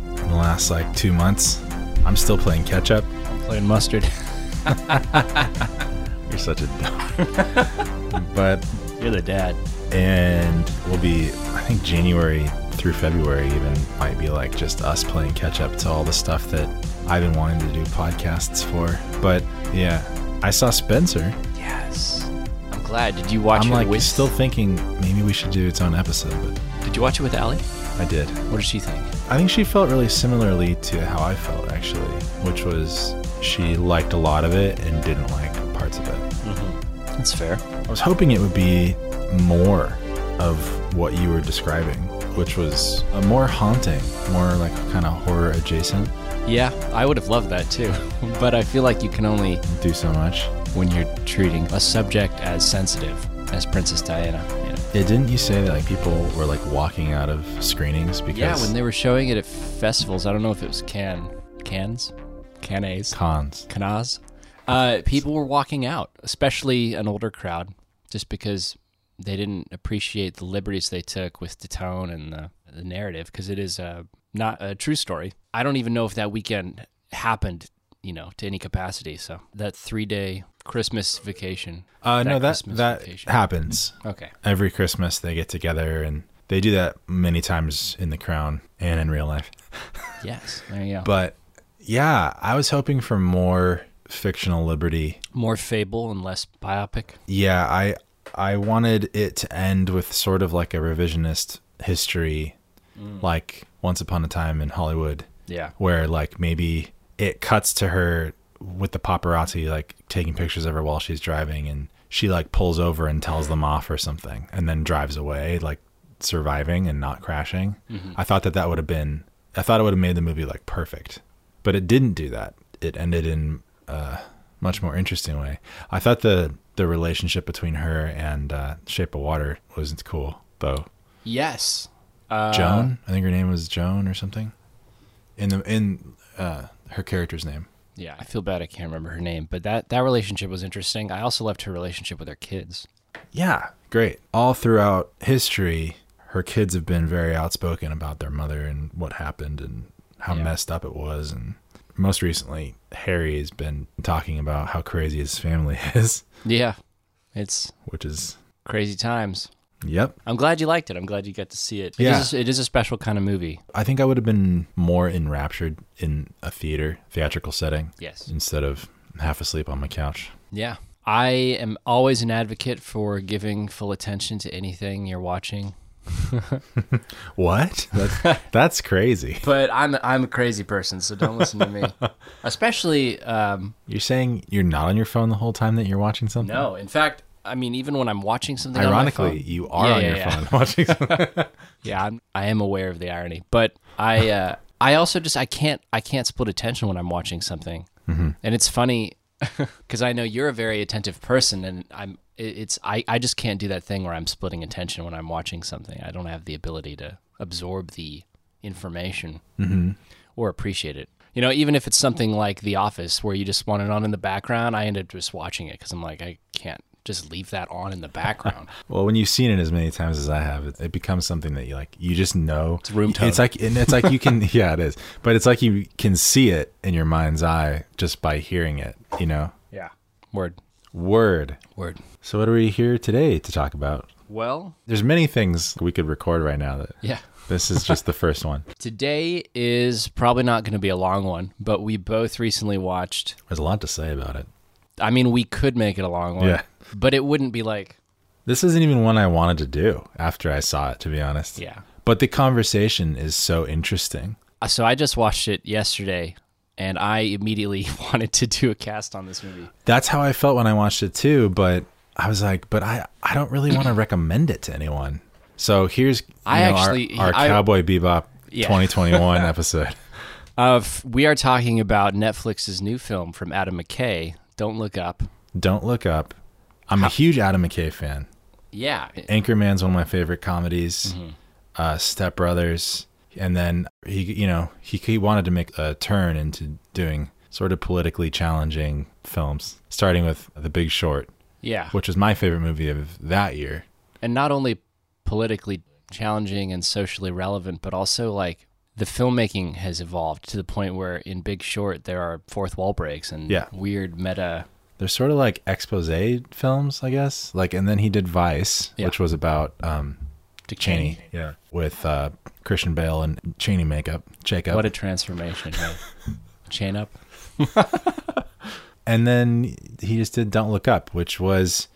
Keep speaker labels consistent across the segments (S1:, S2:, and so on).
S1: last like two months. I'm still playing catch up.
S2: Playing mustard.
S1: You're such a dumb. but
S2: You're the dad.
S1: and we'll be I think January through February even might be like just us playing catch up to all the stuff that I've been wanting to do podcasts for. But yeah, I saw Spencer.
S2: Yes. I'm glad. Did you watch
S1: I'm
S2: it
S1: like
S2: with
S1: still thinking maybe we should do its own episode, but
S2: Did you watch it with Allie?
S1: I did.
S2: What did she think?
S1: I think she felt really similarly to how I felt actually, which was she liked a lot of it and didn't like parts of it.
S2: That's fair.
S1: I was hoping it would be more of what you were describing, which was a more haunting, more like kind of horror adjacent.
S2: Yeah, I would have loved that too. but I feel like you can only
S1: Do so much.
S2: when you're treating a subject as sensitive as Princess Diana.
S1: Yeah, didn't you say that like people were like walking out of screenings because
S2: Yeah, when they were showing it at festivals, I don't know if it was Can Cans, Cannes,
S1: cons?
S2: Canaz. Uh, people were walking out, especially an older crowd, just because they didn't appreciate the liberties they took with the tone and the, the narrative, because it is uh, not a true story. I don't even know if that weekend happened, you know, to any capacity. So that three day Christmas vacation.
S1: Uh, no, that
S2: Christmas
S1: that
S2: vacation.
S1: happens
S2: Okay.
S1: every Christmas. They get together and they do that many times in The Crown and in real life.
S2: Yes. There you go.
S1: But yeah, I was hoping for more fictional liberty
S2: More fable and less biopic.
S1: Yeah, I I wanted it to end with sort of like a revisionist history like Once Upon a Time in Hollywood
S2: Yeah.
S1: where like maybe it cuts to her with the paparazzi like taking pictures of her while she's driving and she like pulls over and tells them off or something and then drives away like surviving and not crashing. I thought that that would have been I thought it would have made the movie like perfect. But it didn't do that. It ended in a much more interesting way. I thought the the relationship between her and uh, Shape of Water wasn't cool though.
S2: Yes. Uh,
S1: Joan, I think her name was Joan or something. In the in uh, her character's name.
S2: Yeah, I feel bad I can't remember her name, but that that relationship was interesting. I also loved her relationship with her kids.
S1: Yeah, great. All throughout history, her kids have been very outspoken about their mother and what happened and how
S2: Yeah.
S1: messed up it was. And most recently, Harry has been talking about how crazy his family is,
S2: Yeah, it's
S1: which is
S2: crazy times.
S1: yep.
S2: I'm glad you liked it. I'm glad you got to see it. It
S1: Yeah.
S2: is, it is a special kind of movie.
S1: I think I would have been more enraptured in a theater theatrical setting
S2: Yes.
S1: instead of half asleep on my couch.
S2: Yeah. I am always an advocate for giving full attention to anything you're watching.
S1: What? That's, that's crazy.
S2: But I'm I'm a crazy person, so don't listen to me. Especially um,
S1: You're saying you're not on your phone the whole time that you're watching something?
S2: no. In fact, I mean even when I'm watching something on my phone-
S1: Ironically, you are
S2: Yeah,
S1: on
S2: yeah,
S1: your
S2: yeah.
S1: phone watching something.
S2: Yeah, I'm, I am aware of the irony, but I uh, I also just I can't I can't split attention when I'm watching something, and it's funny because I know you're a very attentive person, and I'm it- it's I I just can't do that thing where I'm splitting attention when I'm watching something. I don't have the ability to absorb the information or appreciate it. You know, even if it's something like The Office where you just want it on in the background, I end up just watching it because I'm like I can't just leave that on in the background.
S1: Well, when you've seen it as many times as I have, it, it becomes something that you like. You just know it's
S2: room tone.
S1: It's like and it's like you can yeah, it is. But it's like you can see it in your mind's eye just by hearing it. You know,
S2: yeah. Word.
S1: word.
S2: Word.
S1: So what are we here today to talk about?
S2: Well.
S1: There's many things we could record right now. That
S2: Yeah.
S1: this is just the first one.
S2: Today is probably not going to be a long one, but we both recently watched.
S1: There's a lot to say about it.
S2: I mean, we could make it a long one,
S1: Yeah.
S2: but it wouldn't be like,
S1: This isn't even one I wanted to do after I saw it, to be honest.
S2: yeah.
S1: But the conversation is so interesting.
S2: Uh, So I just watched it yesterday, and I immediately wanted to do a cast on this movie.
S1: that's how I felt when I watched it too. But I was like, but I, I don't really want to recommend it to anyone. So here's you
S2: I
S1: know, our-
S2: actually-
S1: our,
S2: I-
S1: Cowboy Bebop
S2: Yeah.
S1: 2021 episode.
S2: Uh, f- we are talking about Netflix's new film from Adam McKay, Don't Look Up.
S1: Don't look up. I'm a huge Adam McKay fan.
S2: Yeah.
S1: Anchorman's one of my favorite comedies.
S2: Mm-hmm.
S1: Uh, Step Brothers, and then he, you know, he he wanted to make a turn into doing sort of politically challenging films, starting with The Big Short,
S2: Yeah.
S1: which was my favorite movie of that year.
S2: and not only politically challenging and socially relevant, but also like the filmmaking has evolved to the point where in Big Short there are fourth wall breaks and
S1: Yeah.
S2: weird meta.
S1: They're sort of like expose films, I guess. Like, and then he did Vice,
S2: Yeah.
S1: which was about um,
S2: Dick
S1: Cheney, yeah, with uh, Christian Bale and Cheney makeup, Jacob.
S2: What a transformation! right? Chain up.
S1: and then he just did Don't Look Up, which was,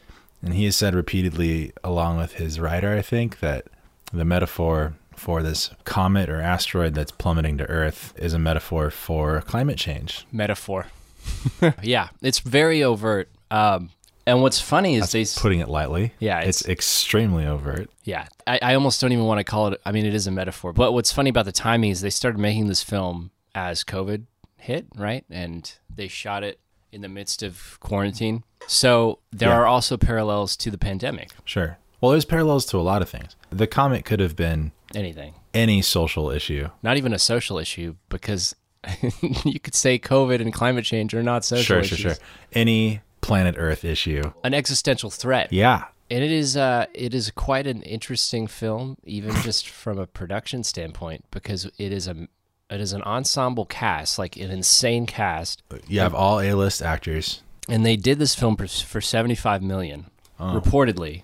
S1: and he has said repeatedly, along with his writer, I think, that the metaphor for this comet or asteroid that's plummeting to Earth is a metaphor for climate change.
S2: metaphor. yeah, it's very overt. Um, and what's funny is they, s-
S1: Putting it lightly,
S2: Yeah,
S1: it's, extremely overt.
S2: yeah, I, I almost don't even want to call it. I mean, it is a metaphor. But what's funny about the timing is they started making this film as COVID hit, right? And they shot it in the midst of quarantine. So there
S1: Yeah.
S2: are also parallels to the pandemic.
S1: Sure. Well, there's parallels to a lot of things. The comet could have been
S2: Anything,
S1: any social issue.
S2: not even a social issue, because you could say COVID and climate change are not social
S1: Sure,
S2: issues.
S1: sure, sure. Any planet Earth issue.
S2: An existential threat.
S1: Yeah.
S2: And it is uh, it is quite an interesting film, even just from a production standpoint, because it is a it is an ensemble cast, like an insane cast,
S1: You have all A-list actors.
S2: and they did this film for, for seventy five million, reportedly.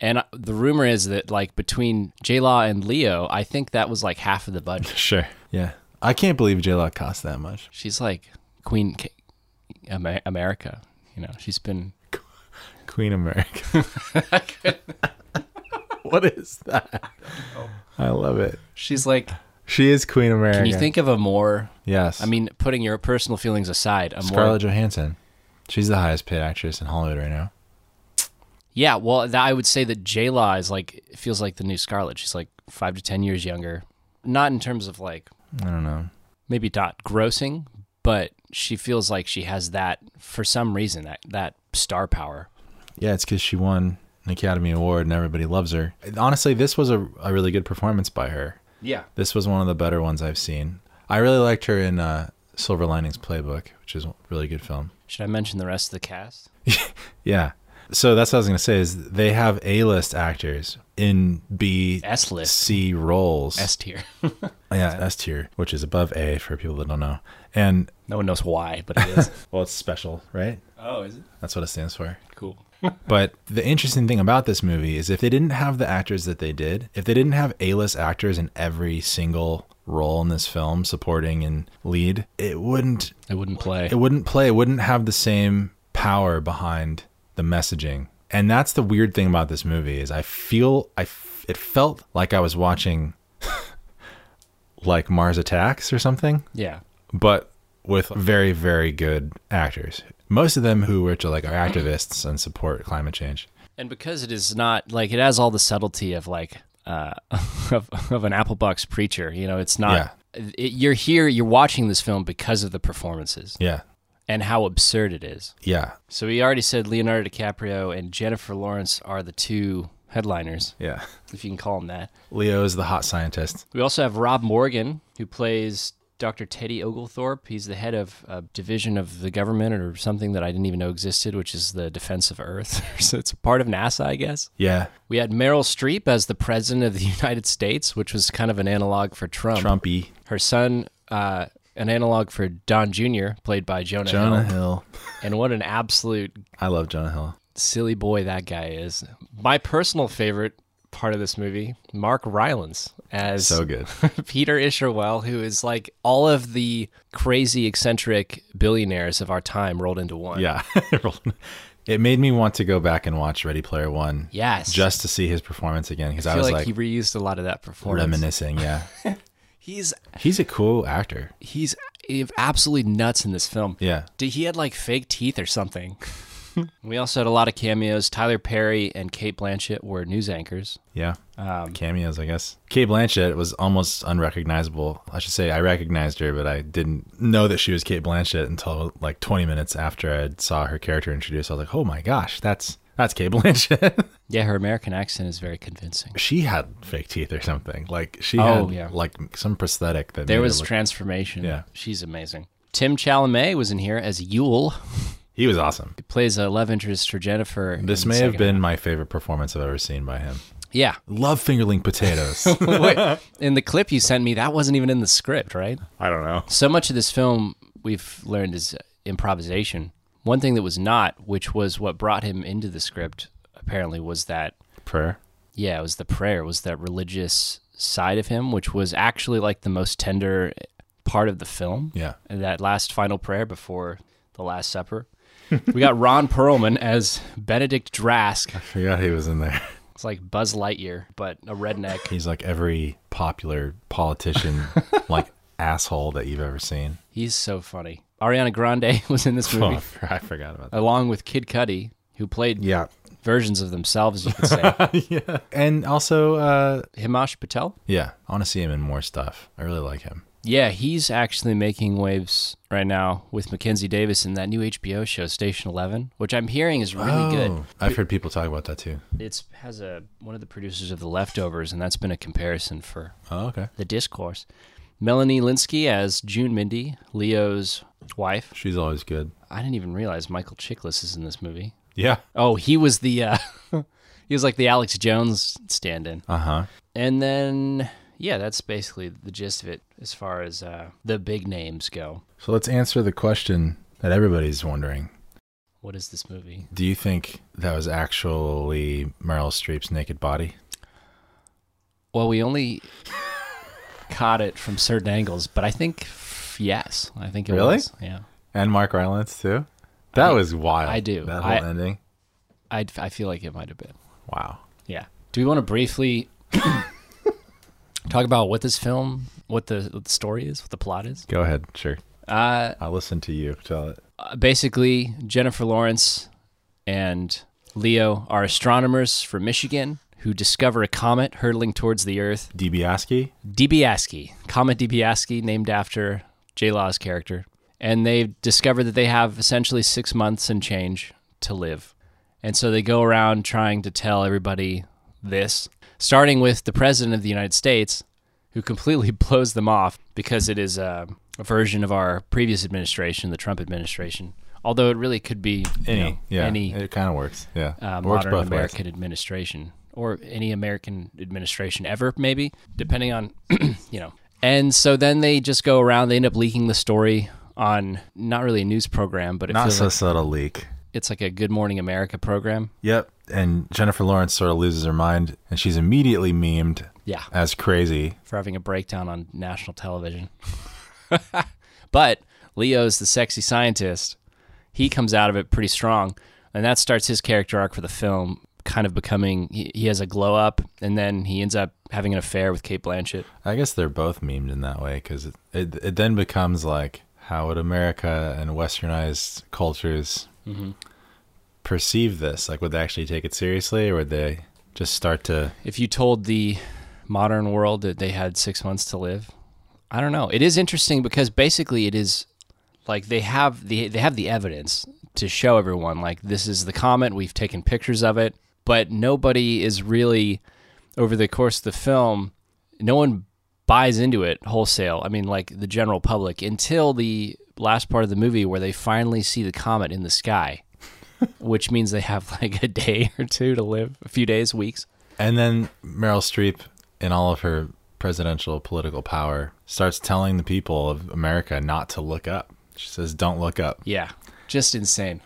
S2: And uh, the rumor is that like between J Law and Leo, I think that was like half of the budget.
S1: Sure. Yeah. I can't believe J-Lo cost that much.
S2: She's like Queen K- Amer- America, you know. She's been
S1: Queen America. what is that? Oh. I love it.
S2: she's like.
S1: She is Queen America.
S2: Can you think of a more?
S1: Yes.
S2: I mean, putting your personal feelings aside, a more
S1: Scarlett Johansson. She's the highest paid actress in Hollywood right now.
S2: Yeah, well, that, I would say that J Law is like it feels like the new Scarlet. She's like five to ten years younger, not in terms of like
S1: I don't know.
S2: maybe not grossing, but she feels like she has that for some reason that that star power.
S1: Yeah, it's because she won an Academy Award and everybody loves her. Honestly, this was a, a really good performance by her.
S2: Yeah,
S1: This was one of the better ones I've seen. I really liked her in uh, Silver Linings Playbook, which is a really good film.
S2: should I mention the rest of the cast?
S1: Yeah. So that's what I was going to say is they have A-list actors in B,
S2: S list,
S1: C roles.
S2: S tier.
S1: yeah, S tier, which is above A for people that don't know. And
S2: no one knows why, but it is.
S1: well, it's special, right?
S2: oh, is it
S1: That's what it stands for.
S2: cool?
S1: But the interesting thing about this movie is if they didn't have the actors that they did, if they didn't have A-list actors in every single role in this film supporting and lead, it wouldn't
S2: I wouldn't play.
S1: it wouldn't play, it wouldn't have the same power behind the messaging. And that's the weird thing about this movie is I feel I f- it felt like I was watching like Mars Attacks or something,
S2: Yeah,
S1: but with very very good actors. Most of them who were to like are activists and support climate change.
S2: and because it is not like it has all the subtlety of like uh, of of an Applebox preacher. You know, it's not.
S1: Yeah.
S2: It, you're here. You're watching this film because of the performances.
S1: Yeah.
S2: and how absurd it is.
S1: Yeah.
S2: So we already said Leonardo DiCaprio and Jennifer Lawrence are the two headliners,
S1: Yeah.
S2: if you can call them that.
S1: Leo is the hot scientist.
S2: We also have Rob Morgan, who plays Dr. Teddy Oglethorpe. He's the head of a division of the government or something that I didn't even know existed, which is the Defense of Earth. so it's a part of NASA, I guess.
S1: Yeah.
S2: We had Meryl Streep as the president of the United States, which was kind of an analog for Trump.
S1: Trumpy.
S2: Her son, uh, an analog for Don Jr., played by Jonah,
S1: Jonah
S2: Hill.
S1: Hill.
S2: And what an absolute
S1: I love Jonah Hill.
S2: silly boy that guy is. My personal favorite part of this movie, Mark Rylance as
S1: So good.
S2: Peter Isherwell, who is like all of the crazy eccentric billionaires of our time rolled into one.
S1: Yeah. it made me want to go back and watch Ready Player One
S2: Yes.
S1: just to see his performance again because
S2: I
S1: I,
S2: feel
S1: was like,
S2: like, he reused a lot of that performance.
S1: reminiscing. Yeah.
S2: He's
S1: He's a cool actor.
S2: he's absolutely nuts in this film.
S1: Yeah.
S2: Did he had like fake teeth or something? we also had a lot of cameos. Tyler Perry and Kate Blanchett were news anchors.
S1: Yeah.
S2: Um,
S1: Cameos, I guess. Kate Blanchett was almost unrecognizable. I should say I recognized her, but I didn't know that she was Kate Blanchett until like 20 minutes after I saw her character introduced. I was like, oh my gosh, that's that's Kate Blanchett.
S2: Yeah, her American accent is very convincing.
S1: she had fake teeth or something. Like she
S2: Oh,
S1: had
S2: yeah.
S1: like some prosthetic that
S2: There
S1: made her
S2: was
S1: look-
S2: transformation.
S1: Yeah.
S2: She's amazing. Tim Chalamet was in here as Yule.
S1: he was awesome.
S2: He plays a love interest for Jennifer.
S1: This
S2: in
S1: may
S2: the
S1: have
S2: second-
S1: been my favorite performance I've ever seen by him.
S2: Yeah.
S1: Love fingerling potatoes.
S2: Wait, in the clip you sent me, that wasn't even in the script, right?
S1: I don't know.
S2: So much of this film we've learned is uh, improvisation. One thing that was not, which was what brought him into the script, apparently, was that
S1: Prayer.
S2: yeah, it was the prayer, it was that religious side of him, which was actually like the most tender part of the film.
S1: Yeah.
S2: And that last final prayer before the Last Supper. we got Ron Perlman as Benedict Drask.
S1: Forgot he was in there.
S2: It's like Buzz Lightyear, but a redneck.
S1: He's like every popular politician, like asshole that you've ever seen.
S2: He's so funny. Ariana Grande was in this movie,
S1: Oh, I forgot about that.
S2: along with Kid Cudi, who played
S1: Yeah.
S2: versions of themselves, you could say.
S1: yeah. And also, uh,
S2: Himash Patel?
S1: yeah, I want to see him in more stuff. I really like him.
S2: Yeah, he's actually making waves right now with Mackenzie Davis in that new HBO show, Station 11, which I'm hearing is really good.
S1: Oh, I've heard people talk about that too.
S2: It's has a one of the producers of The Leftovers, and that's been a comparison for
S1: Oh, okay.
S2: the discourse. Melanie Linsky as June Mindy, Leo's wife.
S1: She's always good.
S2: I didn't even realize Michael Chiklis is in this movie.
S1: Yeah.
S2: Oh, he was the uh, he was like the Alex Jones stand-in.
S1: Uh huh.
S2: And then yeah, that's basically the gist of it as far as uh, the big names go.
S1: So let's answer the question that everybody's wondering.
S2: What is this movie?
S1: Do you think that was actually Meryl Streep's naked body?
S2: Well, we only caught it from certain angles, but I think f- yes, I think it
S1: Really?
S2: was. Yeah.
S1: And Mark Rylance too? That
S2: I-
S1: was wild.
S2: I do.
S1: That whole
S2: I-
S1: ending.
S2: I I feel like it might have been.
S1: Wow.
S2: Yeah. Do we want to briefly talk about what this film, what the, what the story is, what the plot is?
S1: Go ahead. Sure.
S2: Uh
S1: I'll listen to you tell it.
S2: uh, basically Jennifer Lawrence and Leo are astronomers from Michigan who discover a comet hurtling towards the Earth.
S1: DiBiase?
S2: DiBiase, Comet DiBiase, named after J Law's character. And they discover that they have essentially six months and change to live. And so they go around trying to tell everybody this, starting with the President of the United States, who completely blows them off because it is a, a version of our previous administration, the Trump administration. Although it really could be you
S1: Any.
S2: know,
S1: yeah.
S2: any
S1: It kind of works. Yeah.
S2: uh,
S1: It works
S2: modern
S1: both ways.
S2: American administration or any American administration ever, maybe, depending on, you know. And so then they just go around, they end up leaking the story on not really a news program, but it
S1: Not
S2: feels
S1: so
S2: like
S1: subtle leak.
S2: it's like a Good Morning America program.
S1: Yep. And Jennifer Lawrence sort of loses her mind and she's immediately memed
S2: Yeah.
S1: as crazy.
S2: For having a breakdown on national television. but Leo's the sexy scientist. He comes out of it pretty strong. And that starts his character arc for the film, kind of becoming he, he has a glow up, and then he ends up having an affair with Kate Blanchett.
S1: I guess they're both memed in that way because it, it, it then becomes like how would America and westernized cultures perceive this? Like, would they actually take it seriously or would they just start to.
S2: if you told the modern world that they had six months to live i don't know it is interesting because basically it is like they have the they have the evidence to show everyone like this is the comet we've taken pictures of it but nobody is really over the course of the film no one buys into it wholesale i mean like the general public until the last part of the movie where they finally see the comet in the sky which means they have like a day or two to live a few days weeks
S1: And then Meryl Streep, in all of her presidential political power, starts telling the people of America not to look up. She says, don't look up.
S2: Yeah, just insane.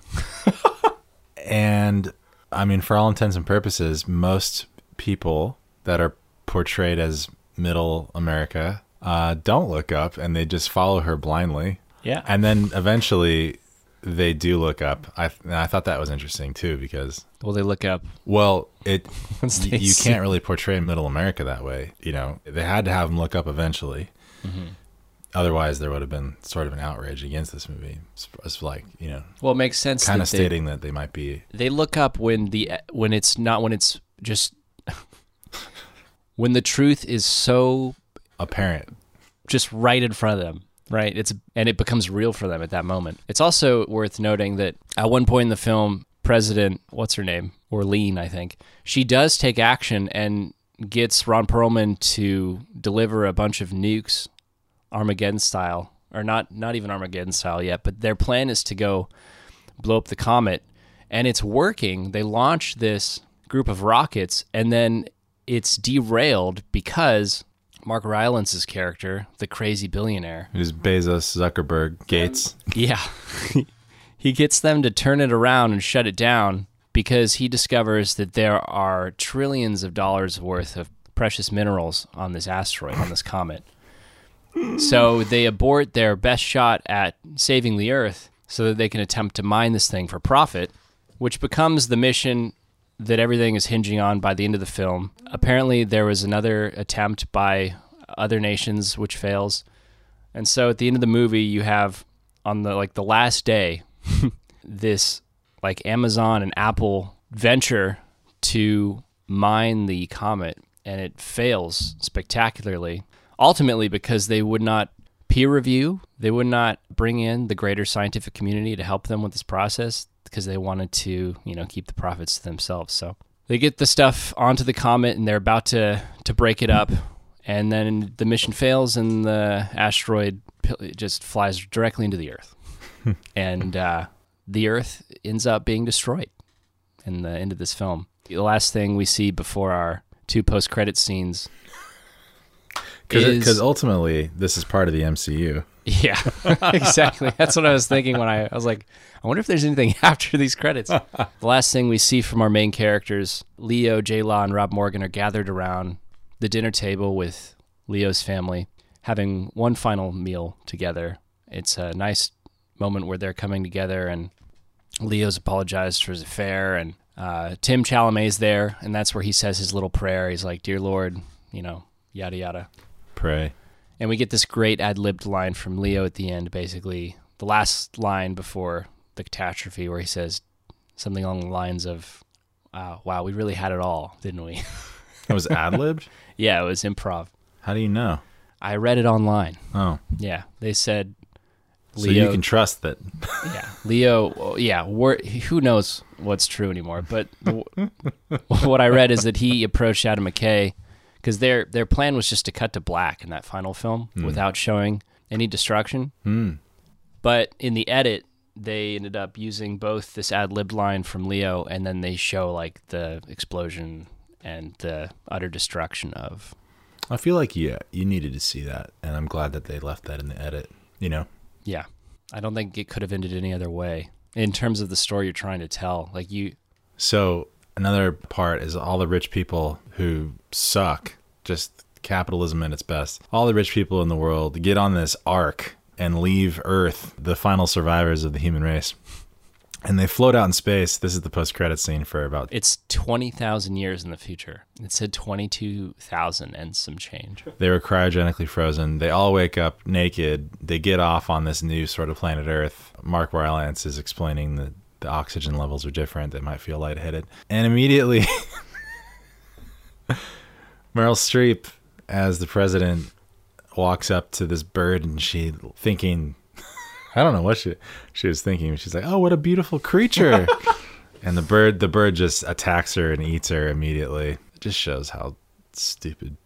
S1: And I mean, for all intents and purposes, most people that are portrayed as middle America uh, don't look up and they just follow her blindly.
S2: Yeah.
S1: And then eventually they do look up. I, and I thought that was interesting too because,
S2: Well, they look up.
S1: well, it
S2: Once
S1: y-
S2: they
S1: you
S2: see-
S1: can't really portray middle America that way. You know, they had to have them look up eventually. Otherwise, there would have been sort of an outrage against this movie. It's, it's like, you know,
S2: Well, it makes sense.
S1: kind
S2: that
S1: of stating that they might be
S2: They, they look up when the when it's not when it's just when the truth is so
S1: apparent.
S2: just right in front of them. Right. It's and it becomes real for them at that moment. It's also worth noting that at one point in the film, President, what's her name, Orlean, I think, she does take action and gets Ron Perlman to deliver a bunch of nukes, Armageddon style, or not not even Armageddon style yet, but their plan is to go blow up the comet, and it's working. They launch this group of rockets, and then it's derailed because Mark Rylance's character, the crazy billionaire,
S1: It is Bezos, Zuckerberg, Gates.
S2: yeah, he gets them to turn it around and shut it down because he discovers that there are trillions of dollars worth of precious minerals on this asteroid, on this comet. So they abort their best shot at saving the Earth so that they can attempt to mine this thing for profit, which becomes the mission that everything is hinging on by the end of the film. Apparently, there was another attempt by other nations which fails. And so at the end of the movie, you have on the like the last day this like Amazon and Apple venture to mine the comet and it fails spectacularly ultimately because they would not peer review they would not bring in the greater scientific community to help them with this process because they wanted to you know keep the profits to themselves so they get the stuff onto the comet and they're about to to break it up and then the mission fails and the asteroid p- just flies directly into the earth and uh, the Earth ends up being destroyed in the end of this film. The last thing we see before our two post-credit scenes, Is-
S1: Because ultimately, this is part of the MCU.
S2: yeah, exactly. That's what I was thinking when I, I was like, I wonder if there's anything after these credits. the last thing we see from our main characters, Leo, J. Law, and Rob Morgan, are gathered around the dinner table with Leo's family, having one final meal together. It's a nice moment where they're coming together and Leo's apologized for his affair, and uh, Tim Chalamet's there, and that's where he says his little prayer. He's like, "Dear Lord," you know, yada yada.
S1: Pray.
S2: And we get this great ad libbed line from Leo at the end, basically the last line before the catastrophe, where he says something along the lines of, "Wow, wow, we really had it all, didn't we?"
S1: It was ad libbed?
S2: yeah, it was improv.
S1: How do you know?
S2: I read it online.
S1: Oh,
S2: Yeah, they said
S1: so you can trust that.
S2: yeah, Leo. oh, Yeah, wor- who knows what's true anymore? But the, what I read is that he approached Adam McKay because their their plan was just to cut to black in that final film
S1: Hmm.
S2: without showing any destruction. But in the edit, they ended up using both this ad lib line from Leo, and then they show like the explosion and the utter destruction of.
S1: I feel like yeah, you needed to see that, and I'm glad that they left that in the edit. You know,
S2: Yeah, I don't think it could have ended any other way in terms of the story you're trying to tell. Like you,
S1: So another part is all the rich people who suck, just capitalism at its best. All the rich people in the world get on this ark and leave Earth, the final survivors of the human race. And they float out in space. This is the post credit scene for about
S2: It's 20,000 years in the future. It said 22,000 and some change.
S1: they were cryogenically frozen. They all wake up naked. They get off on this new sort of planet Earth. Mark Rylance is explaining that the oxygen levels are different. They might feel lightheaded. And immediately, Meryl Streep, as the president, walks up to this bird and she, thinking, I don't know what she, she was thinking. She's like, oh, what a beautiful creature. and the bird, the bird just attacks her and eats her immediately. It just shows how stupid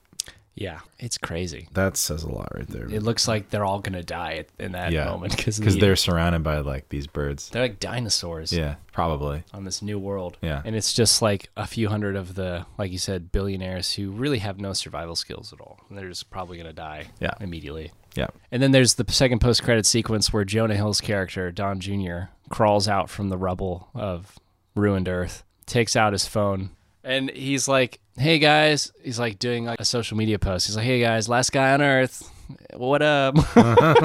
S2: Yeah, it's crazy.
S1: that says a lot right there.
S2: It looks like they're all going to die at- in that
S1: yeah,
S2: moment because
S1: they're surrounded by like these birds.
S2: they're like dinosaurs
S1: Yeah, probably.
S2: on this new world.
S1: Yeah.
S2: And it's just like a few hundred of the, like you said, billionaires who really have no survival skills at all. And they're just probably going to die
S1: Yeah.
S2: immediately.
S1: Yeah,
S2: And then there's the second post credit sequence where Jonah Hill's character, Don Jr., crawls out from the rubble of ruined Earth, takes out his phone, and he's like, Hey guys, he's like doing like a social media post. He's like, Hey guys, last guy on Earth. What up?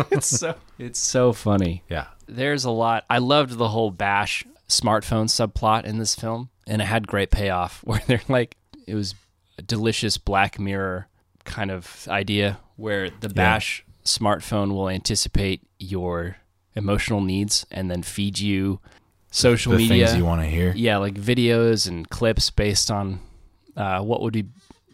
S2: it's so it's so funny.
S1: yeah.
S2: There's a lot. I loved the whole bash smartphone subplot in this film, and it had great payoff where they're like, it was a delicious Black Mirror kind of idea where the bash smartphone will anticipate your emotional needs and then feed you social
S1: The
S2: media.
S1: things you want to hear.
S2: yeah, like videos and clips based on uh, what would be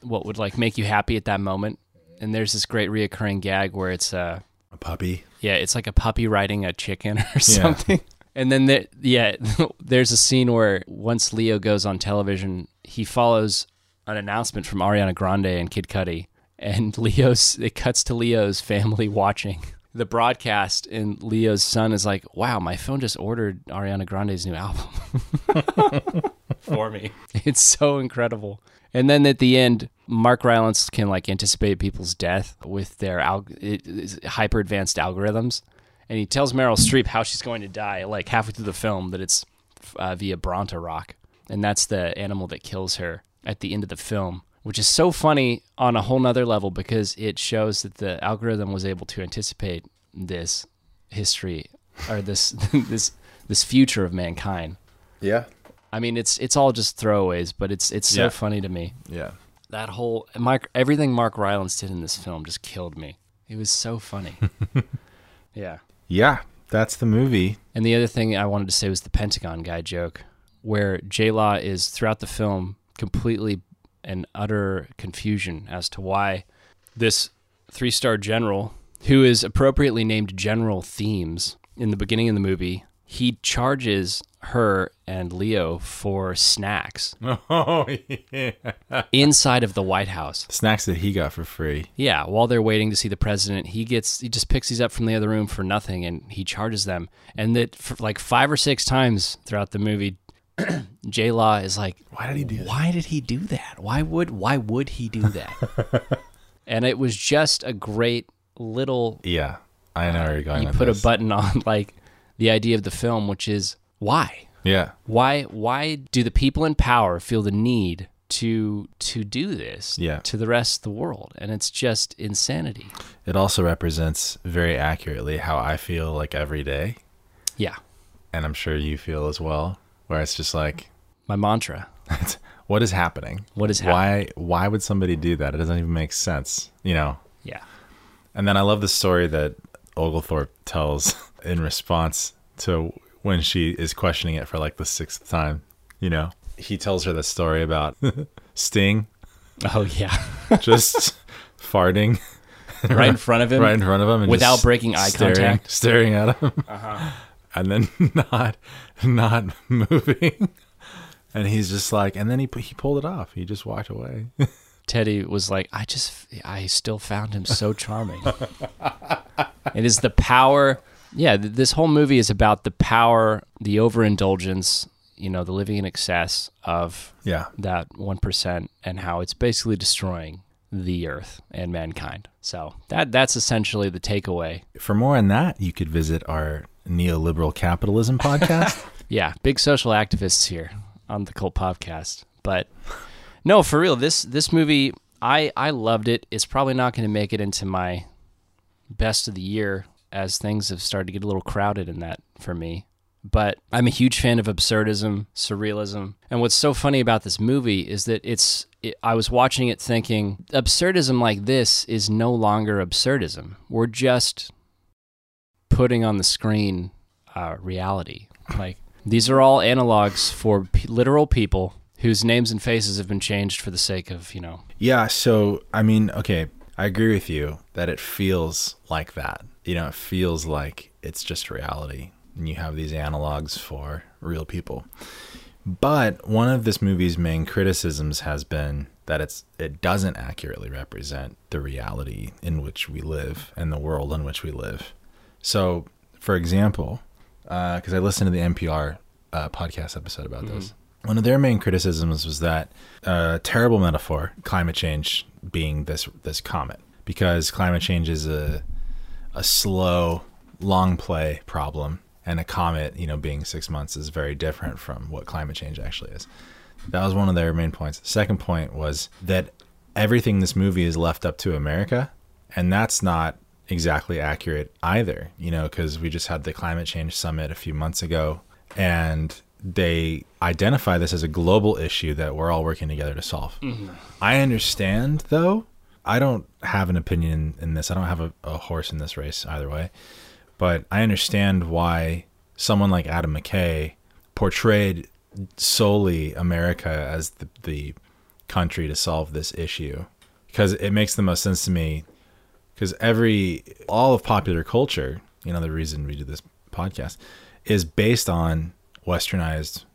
S2: what would like make you happy at that moment. And there's this great reoccurring gag where it's uh,
S1: A puppy.
S2: yeah, it's like a puppy riding a chicken or something. And then there, yeah, there's a scene where once Leo goes on television, he follows an announcement from Ariana Grande and Kid Cudi, and Leo's it cuts to Leo's family watching the broadcast, and Leo's son is like, "Wow, my phone just ordered Ariana Grande's new album." for me. It's so incredible. And then at the end, Mark Rylance can like anticipate people's death with their al- hyper advanced algorithms, and he tells Meryl Streep how she's going to die like halfway through the film that it's uh, via Brontarock, and that's the animal that kills her at the end of the film, which is so funny on a whole nother level because it shows that the algorithm was able to anticipate this history or this this this future of mankind.
S3: Yeah.
S2: I mean, it's it's all just throwaways, but it's it's so
S1: Yeah.
S2: funny to me.
S1: Yeah.
S2: That whole Mark, everything Mark Rylance did in this film just killed me. It was so funny. yeah.
S1: Yeah. That's the movie.
S2: And the other thing I wanted to say was the Pentagon guy joke, where J Law is throughout the film completely and utter confusion as to why this three star general, who is appropriately named General Themes in the beginning of the movie, he charges her and Leo for snacks
S1: Oh, yeah.
S2: inside of the White House.
S1: Snacks that he got for free.
S2: Yeah, while they're waiting to see the president, he gets he just picks these up from the other room for nothing, and he charges them. And that for like five or six times throughout the movie, J Law is like,
S1: Why did he do that?
S2: "Why did he do that? Why would why would he do that?" and it was just a great little.
S1: Yeah. I know where you're going
S2: You
S1: with
S2: put
S1: this.
S2: a button on like the idea of the film, which is why
S1: Yeah.
S2: why why do the people in power feel the need to to do this
S1: Yeah.
S2: to the rest of the world and it's just insanity
S1: It also represents very accurately how I feel like every day.
S2: yeah
S1: And I'm sure you feel as well, where it's just like,
S2: my mantra
S1: what is happening?
S2: What is
S1: Why, why would somebody do that? It doesn't even make sense, you know?
S2: yeah
S1: And then I love the story that Oglethorpe tells in response to when she is questioning it for like the sixth time. You know, he tells her the story about Sting
S2: oh yeah
S1: just farting
S2: right in front of him
S1: right in front of him and
S2: Without
S1: just
S2: breaking eye
S1: staring,
S2: contact?
S1: staring at him, and then not not moving. And he's just like, and then he he pulled it off. He just walked away.
S2: teddy was like i just i still found him so charming it is the power yeah th- this whole movie is about the power the overindulgence you know the living in excess of
S1: yeah,
S2: that 1% and how it's basically destroying the earth and mankind. So that that's essentially the takeaway.
S1: For more on that, you could visit our neoliberal capitalism podcast.
S2: Yeah, big social activists here on the Cult Podcast. But no, for real, this this movie I I loved it. It's probably not going to make it into my best of the year as things have started to get a little crowded in that for me. But I'm a huge fan of absurdism, surrealism. And what's so funny about this movie is that it's it, I was watching it thinking absurdism like this is no longer absurdism. We're just putting on the screen uh, reality. Like these are all analogs for p- literal people whose names and faces have been changed for the sake of you know.
S1: yeah, so I mean, okay, I agree with you that it feels like that. You know, it feels like it's just reality and you have these analogs for real people. But one of this movie's main criticisms has been that it's it doesn't accurately represent the reality in which we live and the world in which we live. So, for example, because uh, I listened to the NPR uh, podcast episode about this, one of their main criticisms was that uh, terrible metaphor, climate change being this this comet, because climate change is a a slow, long play problem, and a comet, you know, being six months is very different from what climate change actually is. That was one of their main points. The second point was that everything in this movie is left up to America, and that's not exactly accurate either, you know, because we just had the climate change summit a few months ago, and they identify this as a global issue that we're all working together to solve. I understand, though. I don't have an opinion in this. I don't have a, a horse in this race either way. But I understand why someone like Adam McKay portrayed solely America as the, the country to solve this issue because it makes the most sense to me because every all of popular culture you know the reason we do this podcast is based on westernized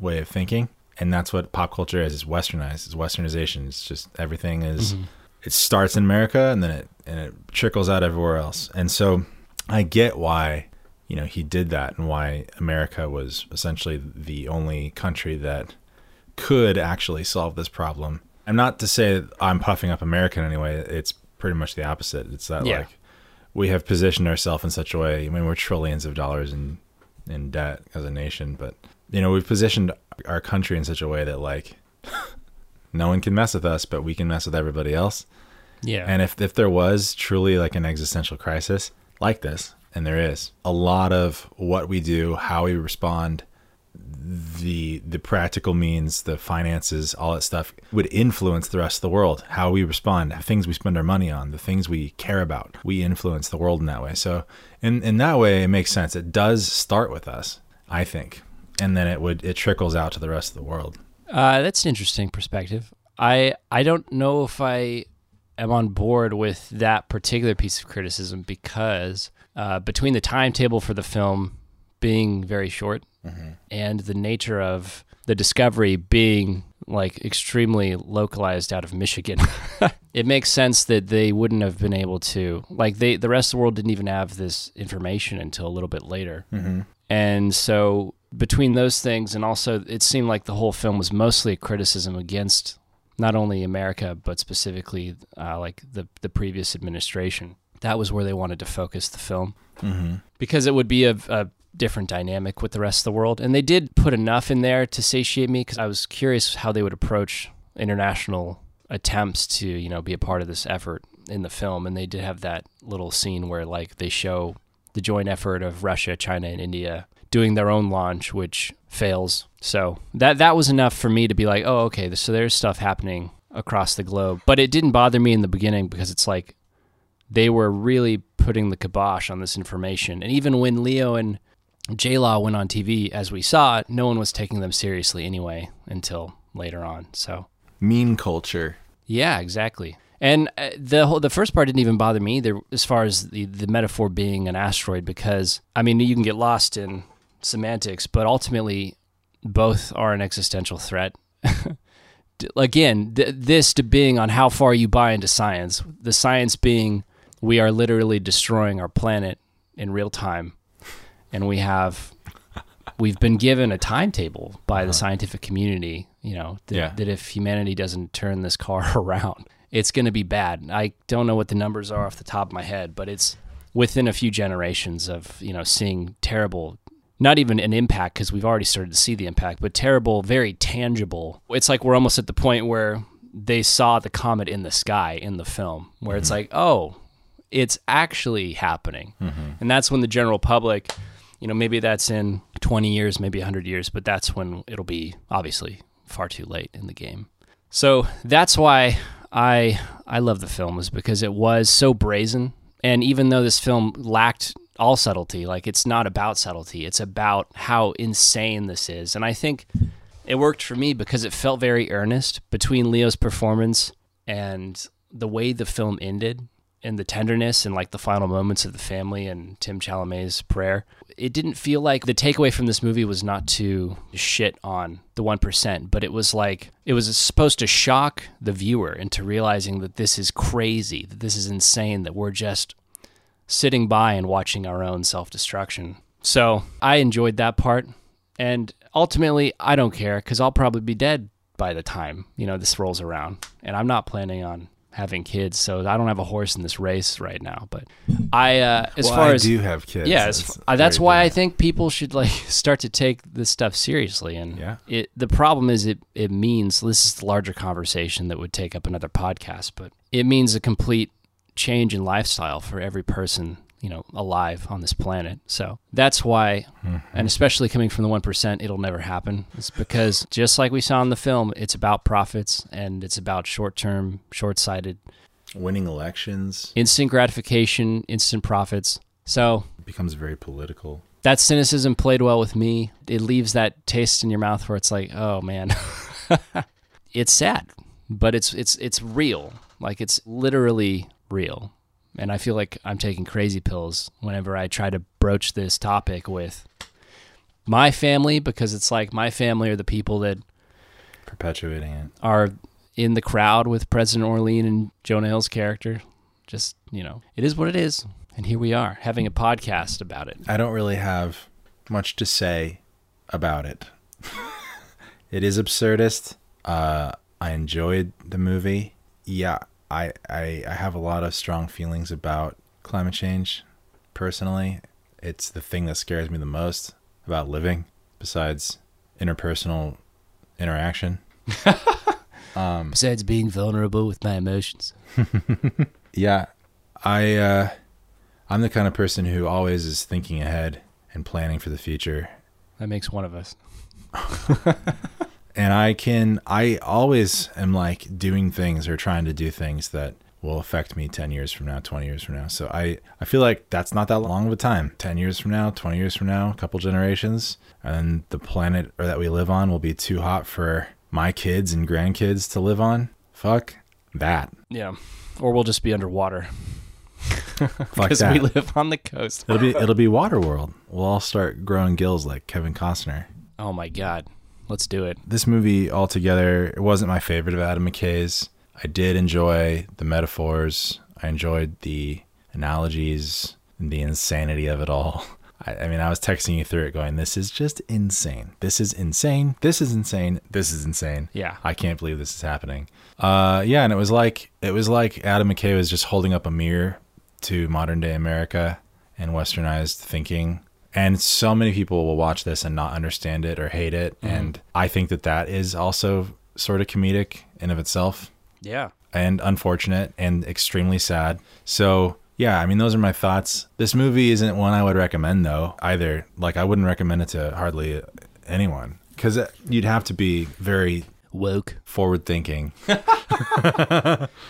S1: way of thinking and that's what pop culture is is westernized it's westernization it's just everything is it starts in america and then it and it trickles out everywhere else and so i get why you know he did that and why america was essentially the only country that could actually solve this problem. And not to say that I'm puffing up America in any way. It's pretty much the opposite. It's that
S2: Yeah.
S1: like we have positioned ourselves in such a way. I mean, we're trillions of dollars in in debt as a nation, but you know, we've positioned our country in such a way that like no one can mess with us, but we can mess with everybody else.
S2: Yeah.
S1: And if, if there was truly like an existential crisis like this, and there is a lot of what we do, how we respond, the the practical means, the finances, all that stuff would influence the rest of the world. How we respond, the things we spend our money on, the things we care about, we influence the world in that way. So, in in that way, it makes sense. It does start with us, I think, and then it would it trickles out to the rest of the world.
S2: Uh, that's an interesting perspective. I I don't know if I am on board with that particular piece of criticism because uh, between the timetable for the film being very short and the nature of the discovery being like extremely localized out of Michigan, it makes sense that they wouldn't have been able to like they the rest of the world didn't even have this information until a little bit later. And so between those things and also it seemed like the whole film was mostly a criticism against not only America but specifically uh, like the the previous administration. That was where they wanted to focus the film
S1: Mm-hmm.
S2: because it would be a, a different dynamic with the rest of the world. And they did put enough in there to satiate me because I was curious how they would approach international attempts to you know be a part of this effort in the film. And they did have that little scene where like they show the joint effort of Russia, China, and India doing their own launch, which fails. So that that was enough for me to be like, oh, okay, so there's stuff happening across the globe. But it didn't bother me in the beginning because it's like they were really putting the kibosh on this information. And even when Leo and J Law went on TV, as we saw, no one was taking them seriously anyway until later on. So
S1: Mean culture.
S2: yeah, exactly. And uh, the whole the first part didn't even bother me either, as far as the, the metaphor being an asteroid, because I mean you can get lost in semantics, but ultimately both are an existential threat. D- Again, th- this to being on how far you buy into science. The science being we are literally destroying our planet in real time, and we have we've been given a timetable by the scientific community. You know that,
S1: Yeah.
S2: that if humanity doesn't turn this car around, it's going to be bad. I don't know what the numbers are off the top of my head, but it's within a few generations of you know seeing terrible not even an impact because we've already started to see the impact, but terrible, very tangible. It's like we're almost at the point where they saw the comet in the sky in the film, where it's like, oh, it's actually happening. And that's when the general public, you know, maybe that's in 20 years, maybe 100 years, but that's when it'll be obviously far too late in the game. So that's why I I love the film was because it was so brazen. And even though this film lacked all subtlety, like it's not about subtlety, it's about how insane this is. And I think it worked for me because it felt very earnest between Leo's performance and the way the film ended and the tenderness and like the final moments of the family and Tim Chalamet's prayer. It didn't feel like the takeaway from this movie was not to shit on the 1%, but it was like it was supposed to shock the viewer into realizing that this is crazy, that this is insane, that we're just sitting by and watching our own self destruction. So I enjoyed that part. And ultimately, I don't care because I'll probably be dead by the time, you know, this rolls around. And I'm not planning on having kids. So I don't have a horse in this race right now. But I, uh, as
S1: Well,
S2: far
S1: I
S2: as.
S1: do have kids.
S2: Yeah,
S1: It's
S2: it's, uh, that's
S1: very
S2: why
S1: different.
S2: I think people should like start to take this stuff seriously. And
S1: Yeah.
S2: it the problem is it it means this is the larger conversation that would take up another podcast, but it means a complete change in lifestyle for every person you know alive on this planet. So that's why,
S1: Mm-hmm.
S2: and especially coming from the one percent, it'll never happen. It's because just like we saw in the film, it's about profits and it's about short term, short sighted,
S1: winning elections
S2: instant gratification, instant profits. So
S1: becomes very political.
S2: that cynicism played well with me. It leaves that taste in your mouth where it's like, oh man, it's sad, but it's it's it's real. Like it's literally real. And I feel like I'm taking crazy pills whenever I try to broach this topic with my family because it's like my family are the people that
S1: perpetuating it.
S2: are in the crowd with President Orlean and Jonah Hill's character. Just, you know, it is what it is. And here we are having a podcast about it.
S1: I don't really have much to say about it It is absurdist. Uh, I enjoyed the movie. Yeah, I, I I have a lot of strong feelings about climate change. Personally, it's the thing that scares me the most about living, besides interpersonal interaction.
S2: Besides being vulnerable with my emotions.
S1: Yeah, I uh, I'm the kind of person who always is thinking ahead and planning for the future,
S2: That makes one of us.
S1: and I can I always am like doing things or trying to do things that will affect me 10 years from now, 20 years from now. So I I feel like that's not that long of a time. 10 years from now, 20 years from now, a couple generations, and the planet or that we live on will be too hot for my kids and grandkids to live on. Fuck that.
S2: Yeah. Or we'll just be underwater
S1: Fuck
S2: because
S1: that.
S2: we live on the coast.
S1: it'll be it'll be Waterworld. We'll all start growing gills like Kevin Costner.
S2: Oh my God. Let's do it.
S1: this movie altogether it wasn't my favorite of adam mckay's i did enjoy the metaphors i enjoyed the analogies and the insanity of it all I, I mean i was texting you through it going this is just insane this is insane this is insane this is insane
S2: Yeah.
S1: i can't believe this is happening uh yeah and it was like it was like adam mckay was just holding up a mirror to modern day america and westernized thinking and so many people will watch this and not understand it or hate it and i think that that is also sort of comedic in of itself
S2: Yeah.
S1: and unfortunate and extremely sad so yeah i mean those are my thoughts this movie isn't one i would recommend though either like i wouldn't recommend it to hardly anyone because you'd have to be very
S2: Woke.
S1: forward thinking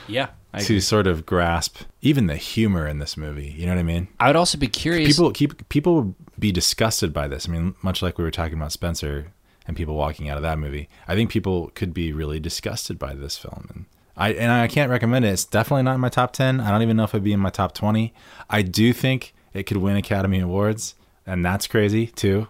S2: Yeah. I,
S1: to sort of grasp even the humor in this movie you know what i mean
S2: I would also be curious.
S1: people keep people would be disgusted by this. I mean, much like we were talking about Spencer and people walking out of that movie, I think people could be really disgusted by this film. And I and I can't recommend it. It's definitely not in my top ten. I don't even know if it'd be in my top twenty. I do think it could win Academy Awards, and that's crazy too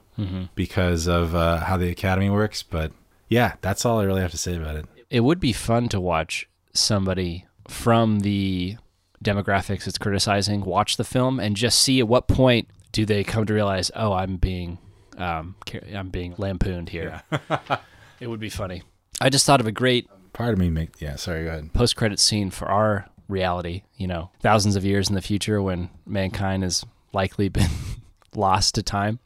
S1: because of uh, how the Academy works. But yeah, that's all I really have to say about it.
S2: it would be fun to watch somebody from the demographics it's criticizing watch the film and just see at what point do they come to realize oh i'm being um, ca- i'm being lampooned here it would be funny i just thought of a great
S1: Part of me make yeah. Sorry, go ahead.
S2: post-credit scene for our reality you know thousands of years in the future when mankind has likely been lost to time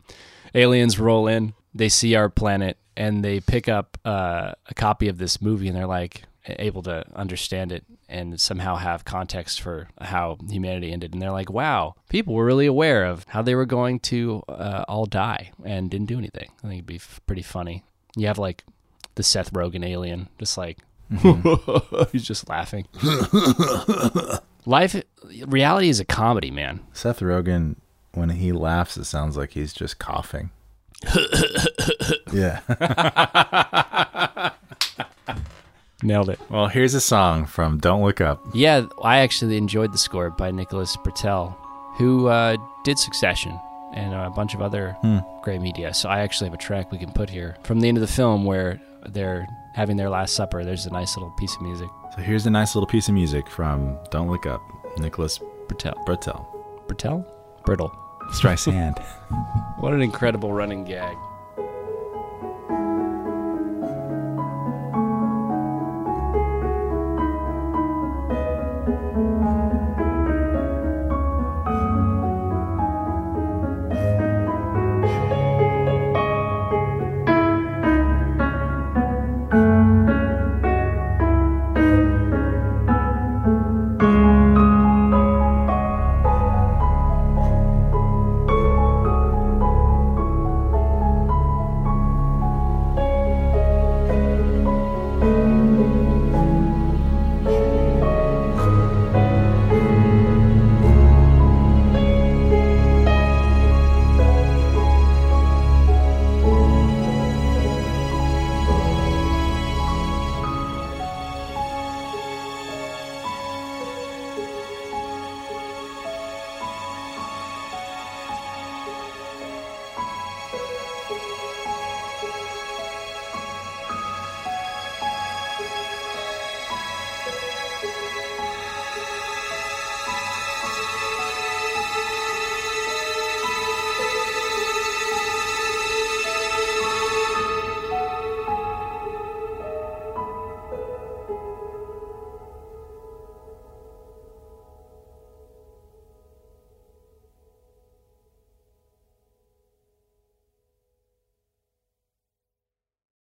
S2: aliens roll in they see our planet and they pick up uh, a copy of this movie and they're like able to understand it and somehow have context for how humanity ended and they're like wow people were really aware of how they were going to uh, all die and didn't do anything i think it'd be f- pretty funny you have like the seth rogen alien just like he's just laughing life reality is a comedy man
S1: Seth Rogen, when he laughs, it sounds like he's just coughing. yeah.
S2: nailed it
S1: Well, here's a song from Don't Look Up.
S2: Yeah, I actually enjoyed the score by Nicholas Bertel, who uh, did Succession and a bunch of other great media. So I actually have a track we can put here from the end of the film where they're having their last supper. There's a nice little piece of music.
S1: So here's a nice little piece of music from Don't Look Up, Nicholas
S2: Bertel,
S1: Bertel.
S2: Bertel, Brittle.
S1: Streisand.
S2: What an incredible running gag.